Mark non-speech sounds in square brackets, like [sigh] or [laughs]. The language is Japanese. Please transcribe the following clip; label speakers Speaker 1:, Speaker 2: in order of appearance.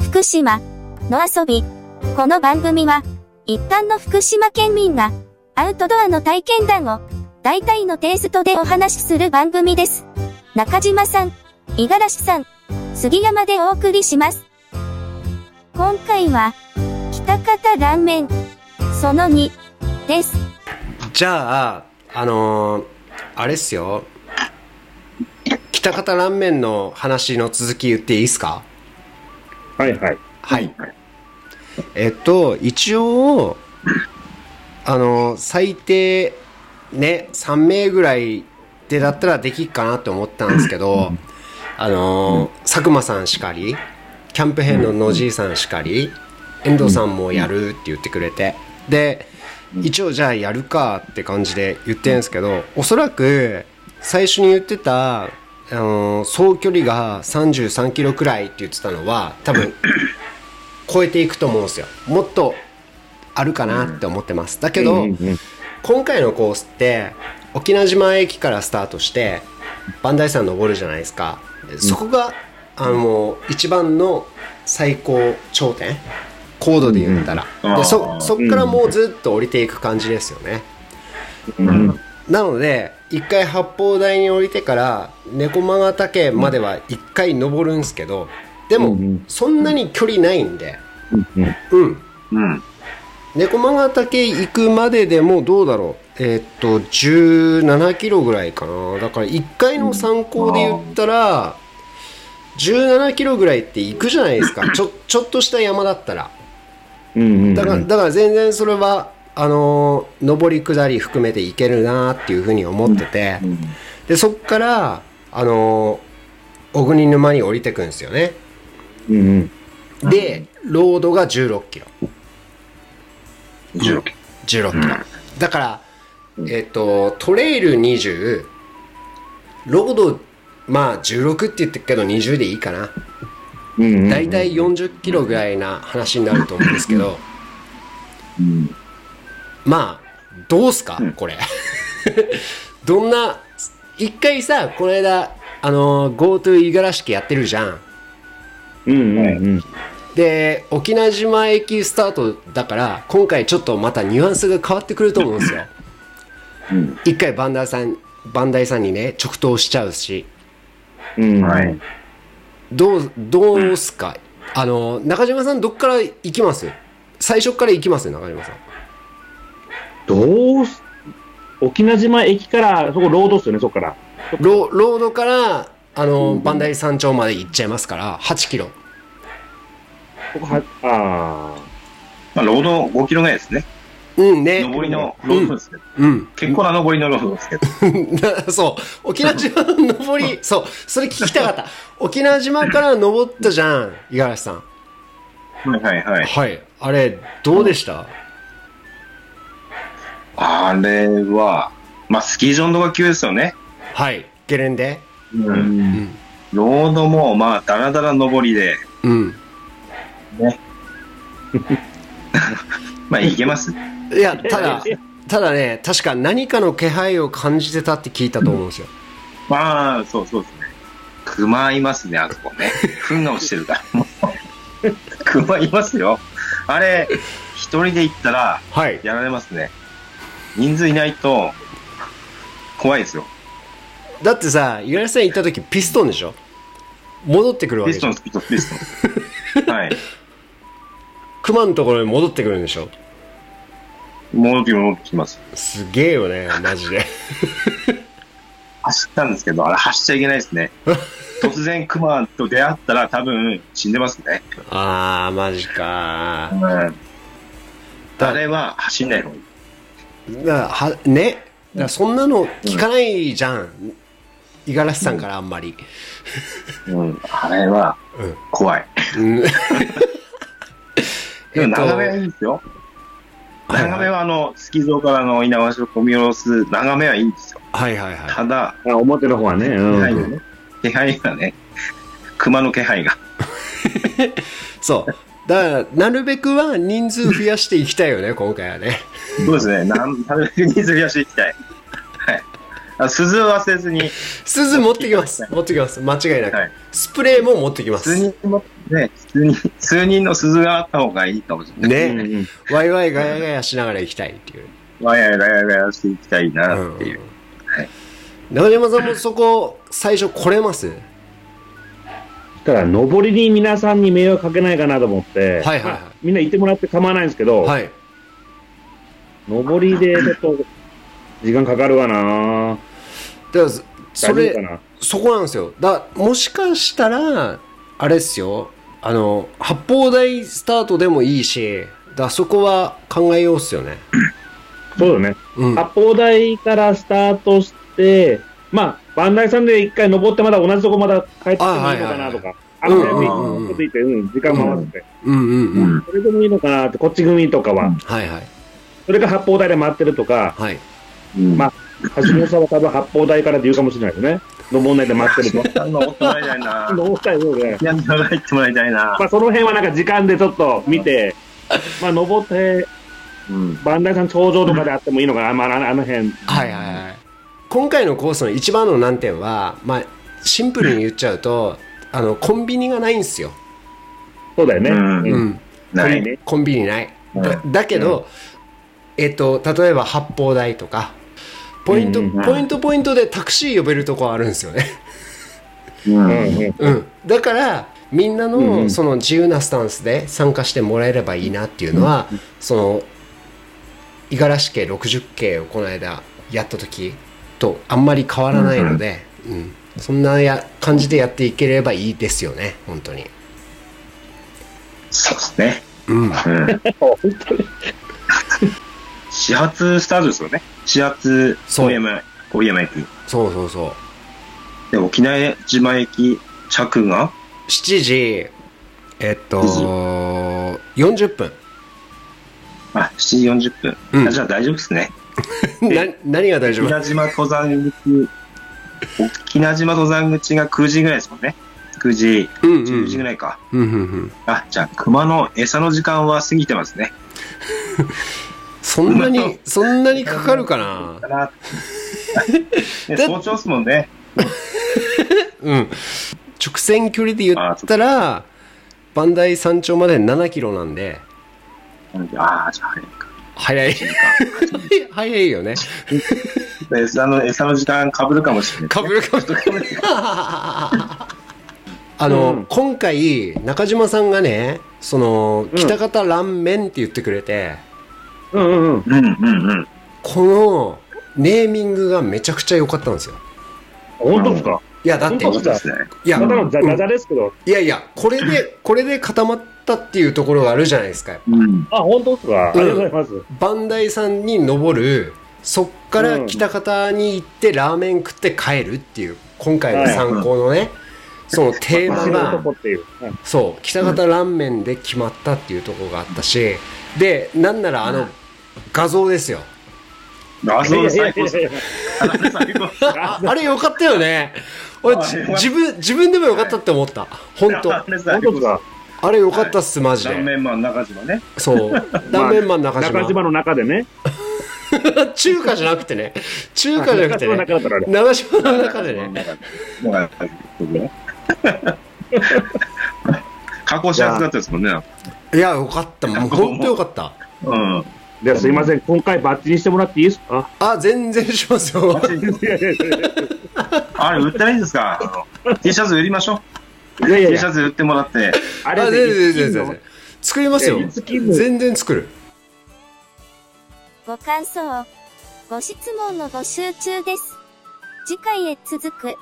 Speaker 1: 福島の遊び。この番組は、一般の福島県民が、アウトドアの体験談を、大体のテイストでお話しする番組です。中島さん、五十嵐さん、杉山でお送りします。今回は、北方ラーメン、その2、です。
Speaker 2: じゃああのーあれっすよ北方ラーメンの話の続き言っていいですか
Speaker 3: はいはい。
Speaker 2: はいえっと一応あのー最低ね3名ぐらいでだったらできっかなって思ったんですけどあのー佐久間さんしかりキャンプ編の野じさんしかり遠藤さんもやるって言ってくれてで一応じゃあやるかって感じで言ってるんですけどおそらく最初に言ってた、あのー総距離が3 3キロくらいって言ってたのは多分超えていくと思うんですよもっとあるかなって思ってますだけど、
Speaker 3: うんうん
Speaker 2: 今回のコースって沖縄島駅からスタートして磐梯山登るじゃないですかそこが、あの一番の最高頂点高度で言ったら、
Speaker 4: うん
Speaker 2: で
Speaker 4: あ
Speaker 2: そ
Speaker 4: ー
Speaker 2: そっからもうずっと降りていく感じですよね、なので一回八方台に降りてから猫間ヶ岳までは一回登るんですけどでも、
Speaker 3: うん
Speaker 2: そんなに距離ないんで
Speaker 3: うんうん
Speaker 2: うん
Speaker 4: うん。
Speaker 2: 猫間ヶ岳行くまででもどうだろうえーっと17キロぐらいかなだから1回の参考で言ったら17キロぐらいって行くじゃないですかちょ [coughs] ちょっとした山だったら
Speaker 3: うんうん。
Speaker 2: だからだから全然それはあのー上り下り含めていけるなっていうふうに思っててでそっからあのー小国沼に降りてくんですよね
Speaker 3: うんうん。
Speaker 2: でロードが16キロ
Speaker 4: 16キ
Speaker 2: 16キロ、だから、えっとトレイル20ロードまあ16って言ってるけど20でいいかな
Speaker 3: うんうん。
Speaker 2: 大体40キロぐらいな話になると思うんですけどまあどうすかこれ [laughs] どんな一回さこの間あの GoTo 五十嵐家やってるじゃん
Speaker 3: うんうんうん。
Speaker 2: で沖縄島駅スタートだから今回ちょっとまたニュアンスが変わってくると思うんですよ、一回バンダイさんバンダイさんにね直投しちゃうし
Speaker 3: うん。
Speaker 4: はい。
Speaker 2: どうどうすか、あの中島さんどっから行きます最初から行きます中島さん
Speaker 3: どうす、沖縄島駅から、そこロードっすよね、そこから。
Speaker 2: ロロードからあの、バンダイ山頂まで行っちゃいますから8キロ
Speaker 3: ここは、あ
Speaker 4: まあ、ロード5キロぐらいですね。
Speaker 2: うんね
Speaker 4: 上りのロードですけど。
Speaker 2: うん
Speaker 4: 結構な上りのロードですけど。
Speaker 2: な [laughs] そう沖縄島の登り [laughs] そうそれ聞きたかった [laughs] 沖縄島から登ったじゃん五十嵐さん
Speaker 4: はいはいはい。
Speaker 2: はい、あれ、どうでした、
Speaker 4: あれは、まあ、スキー場のが急ですよね。
Speaker 2: はい、ゲレンデ
Speaker 3: あ。。
Speaker 4: うん
Speaker 2: うんん。
Speaker 4: ロードも、まあ、だらだら上りで、
Speaker 2: うん。
Speaker 4: まあ、行
Speaker 2: [laughs]
Speaker 4: けます。
Speaker 2: いや、ただ、ただね、確か何かの気配を感じてたって聞いたと思うんですよ。
Speaker 4: まあ、そうそうですね。熊いますね、あそこね。糞が落ちてるから。 [laughs] もう熊いますよ。あれ、一人で行ったら、
Speaker 2: [laughs] はい。
Speaker 4: やられますね。人数いないと、怖いですよ。
Speaker 2: だってさ、五十嵐さん行った時ピストンでしょ戻ってくるわ
Speaker 4: ピ
Speaker 2: けじ
Speaker 4: スト
Speaker 2: ゃん
Speaker 4: ン、。ピストン、ピ
Speaker 2: [laughs]
Speaker 4: ストン。はい。
Speaker 2: 熊のところに戻ってくるんでしょ
Speaker 4: 戻ってきます戻ってきます。
Speaker 2: すげえよね、マジで。 [laughs]
Speaker 4: 走ったんですけど、あれ走っちゃいけないで
Speaker 2: [laughs]
Speaker 4: すね。突然クマと出会ったら多分死んでますね。
Speaker 2: あー、マジか
Speaker 4: うん。
Speaker 2: だ
Speaker 4: 誰は走んない方がいい。
Speaker 2: ー。だはね、だからそんなの聞かないじゃん。五十嵐さんからあんまり。
Speaker 4: うん。あれは
Speaker 2: うん
Speaker 4: 怖い。
Speaker 2: うん。
Speaker 4: でも眺めはい
Speaker 2: えっ
Speaker 4: いですよ。
Speaker 2: とはいはい
Speaker 4: 眺めはあの、スキー場からの稲わしを込み下ろす眺めはいいんですよ。
Speaker 2: とはいはいはい。
Speaker 4: ただ、
Speaker 3: あ、表の方はね。
Speaker 4: 気
Speaker 3: う
Speaker 4: 配
Speaker 3: ん。
Speaker 4: がね、気配がね、熊の気配が。
Speaker 2: そう。だから、なるべくは人数増やしていきたいよね、今回はね。
Speaker 4: そうですね。なん、なるべく人数増やしていきたい。はい。あ鈴を忘れずに、
Speaker 2: 鈴持ってき
Speaker 4: [laughs]
Speaker 2: ます。持ってきます。間違いなく。
Speaker 4: はい
Speaker 2: スプレーも持ってきま
Speaker 4: 数
Speaker 2: す。
Speaker 4: 人も、ね、数人、数人の鈴があった方がいいかもしれない。
Speaker 2: ね。ワイワイガヤガヤしながら行きたいっていう。
Speaker 4: わやわやわやしていきたいなっていう。はい
Speaker 2: 中島さんもそこ、最初来れます
Speaker 3: ただ、上りに皆さんに迷惑かけないかなと思って、
Speaker 2: はいはいはい
Speaker 3: まあみんな行ってもらって構わないんですけど、
Speaker 2: はい。
Speaker 3: 上りでちょっと時間かかるわな
Speaker 2: だから、そ
Speaker 3: 大丈夫
Speaker 2: れ
Speaker 3: か、な
Speaker 2: そこなんですよ。だもしかしたら、あれっすよ。あの、八方台スタートでもいいし、だそこは考えようっすよね。
Speaker 3: そうだね。
Speaker 2: うん。
Speaker 3: 八方台からスタートして、まあ、磐梯山で一回登ってまだ同じとこまだ帰ってきてもいいのかなとか、あ
Speaker 2: はい
Speaker 3: の
Speaker 2: はいはいう
Speaker 3: 辺で
Speaker 2: んうんうんうん
Speaker 3: ちょっと行って、うん、時間回って、
Speaker 2: うんうん
Speaker 4: う
Speaker 2: うん。
Speaker 4: ん。
Speaker 3: それでもいいのかなって、こっち組とかは、
Speaker 2: はいはい。
Speaker 3: それが八方台で回ってるとか、
Speaker 2: はい。
Speaker 4: うん
Speaker 3: ま橋本さんは多分八方台からで言うかもしれないですね。登んないで回ってると。
Speaker 4: あの、追ってもらいたいな。
Speaker 3: 登ったりそうで。
Speaker 4: やめながら行ってもらいたいな。
Speaker 3: まあ、その辺はなんか時間でちょっと見て、まあ、登って、
Speaker 4: うん。
Speaker 3: 磐梯山頂上とかであってもいいのかな、まあ、あのあの辺。
Speaker 2: はいはいはい。今回のコースの一番の難点は、まあ、シンプルに言っちゃうと、あの、コンビニがないんですよ。
Speaker 3: そうだよね。
Speaker 4: うん
Speaker 2: う
Speaker 3: うん
Speaker 2: ん。
Speaker 4: ないね。
Speaker 2: コンビニない。
Speaker 4: うん
Speaker 2: だだけど、えっと、例えば八方台とか、ポイント、
Speaker 3: うん
Speaker 4: うん
Speaker 2: ポイントポイントでタクシー呼べるとこあるんですよね。
Speaker 4: う。
Speaker 3: うんん。うん
Speaker 2: うん、だからみんな
Speaker 3: うんう
Speaker 2: の
Speaker 3: ん
Speaker 2: その自由なスタンスで参加してもらえればいいなっていうのは、その五十嵐家60系をこの間やった時とあんまり変わらないので、うんそんなや感じでやっていければいいですよね本当に、
Speaker 4: そうですね。
Speaker 2: うん、
Speaker 4: うん。
Speaker 3: 本当に。
Speaker 4: 始発スタートですよね。始発
Speaker 2: そう
Speaker 4: OM、OM 駅。
Speaker 2: そうそうそう
Speaker 4: で、沖縄島駅着が
Speaker 2: 7時えっと40分
Speaker 4: あ、7時40分。
Speaker 2: うん
Speaker 4: あじゃあ大丈夫ですね。
Speaker 2: な何が大丈夫
Speaker 4: 沖縄島登山口、沖縄島登山口が9時ぐらいですもんね。9時、
Speaker 2: うんうん
Speaker 4: 10時ぐらいか。
Speaker 2: うんうんうん
Speaker 4: あ、じゃあ熊の餌の時間は過ぎてま
Speaker 2: [laughs]
Speaker 4: すね。
Speaker 2: そんな [laughs] にそんなにかかるかな
Speaker 4: だなね
Speaker 2: だ
Speaker 4: 早朝ですもんね。
Speaker 2: うん、直線距離で言ったら磐梯山頂まで7キロなんで
Speaker 4: ああ、じゃあ早いか。
Speaker 2: 早い [laughs] 早いよね
Speaker 4: 餌の、餌の時間被るかもしれない。
Speaker 2: かぶるか
Speaker 3: [laughs]
Speaker 2: ぶるあの、
Speaker 3: うん
Speaker 2: 今回中島さんがねその
Speaker 3: ん
Speaker 2: 北方ランメンって言ってくれて、
Speaker 3: うんうんうん。
Speaker 4: うんうんうん。
Speaker 2: このネーミングがめちゃくちゃ良かったんですよ
Speaker 3: 本当ですか
Speaker 2: いやだって
Speaker 3: 本当
Speaker 4: そうですね。
Speaker 2: いや
Speaker 3: ただのザ
Speaker 2: うん
Speaker 3: ザザですけど。
Speaker 2: いやいやこれでこれで固まったっていうところがあるじゃないですか
Speaker 4: うん。
Speaker 3: あ、本当ですかありがとうございます。
Speaker 2: 磐梯山に登るそっから北方に行ってラーメン食って帰るっていう今回の参考のね、そのテーマ
Speaker 3: 走る
Speaker 2: が
Speaker 3: 男っていう。はい
Speaker 2: そう北方ラーメンで決まったっていうところがあったしでなんならあの画像ですよ
Speaker 4: あ、そうです。最高です。
Speaker 3: いやいやいやいや
Speaker 4: [laughs] 最高です。
Speaker 2: ああれよかったよね俺じ
Speaker 4: あれは
Speaker 2: 自分自分でもよかったって思った本
Speaker 4: [laughs]
Speaker 2: 当
Speaker 4: あれ
Speaker 3: 本
Speaker 4: 最
Speaker 3: 当で
Speaker 4: 高です
Speaker 3: か
Speaker 2: あれよかったっすマジ
Speaker 4: ラー
Speaker 2: で
Speaker 4: メンマン中島ね。
Speaker 2: そう断面マン中
Speaker 3: 中島
Speaker 2: 島
Speaker 3: の中でね。
Speaker 2: 中華じゃなくてね中華じゃなくて
Speaker 3: 中島
Speaker 2: ね
Speaker 3: の中だったらあれ。
Speaker 2: 長島の中でね。
Speaker 4: 中島。加工しやすかったですもんね。
Speaker 2: いやよかったもう本当よかった
Speaker 4: うん。
Speaker 3: じゃあすいません、今回バッチにしてもらっていいですか
Speaker 2: あ、全然しますよ。
Speaker 3: いやいやい
Speaker 4: あれ、売ったらいいんですかあの ?T シャツ売りましょ
Speaker 3: やいや
Speaker 4: う。
Speaker 3: い
Speaker 4: T
Speaker 3: や
Speaker 4: シャツ売ってもらって。
Speaker 3: [laughs] あ
Speaker 2: あ、全
Speaker 3: れで
Speaker 2: 然全
Speaker 3: いつ
Speaker 2: 然
Speaker 3: 切ん
Speaker 2: 全
Speaker 3: の
Speaker 2: 然。作りますよ
Speaker 3: いやい。つ切んの
Speaker 2: 全然作る。
Speaker 1: ご感想、ご質問の募集中です。次回へ続く。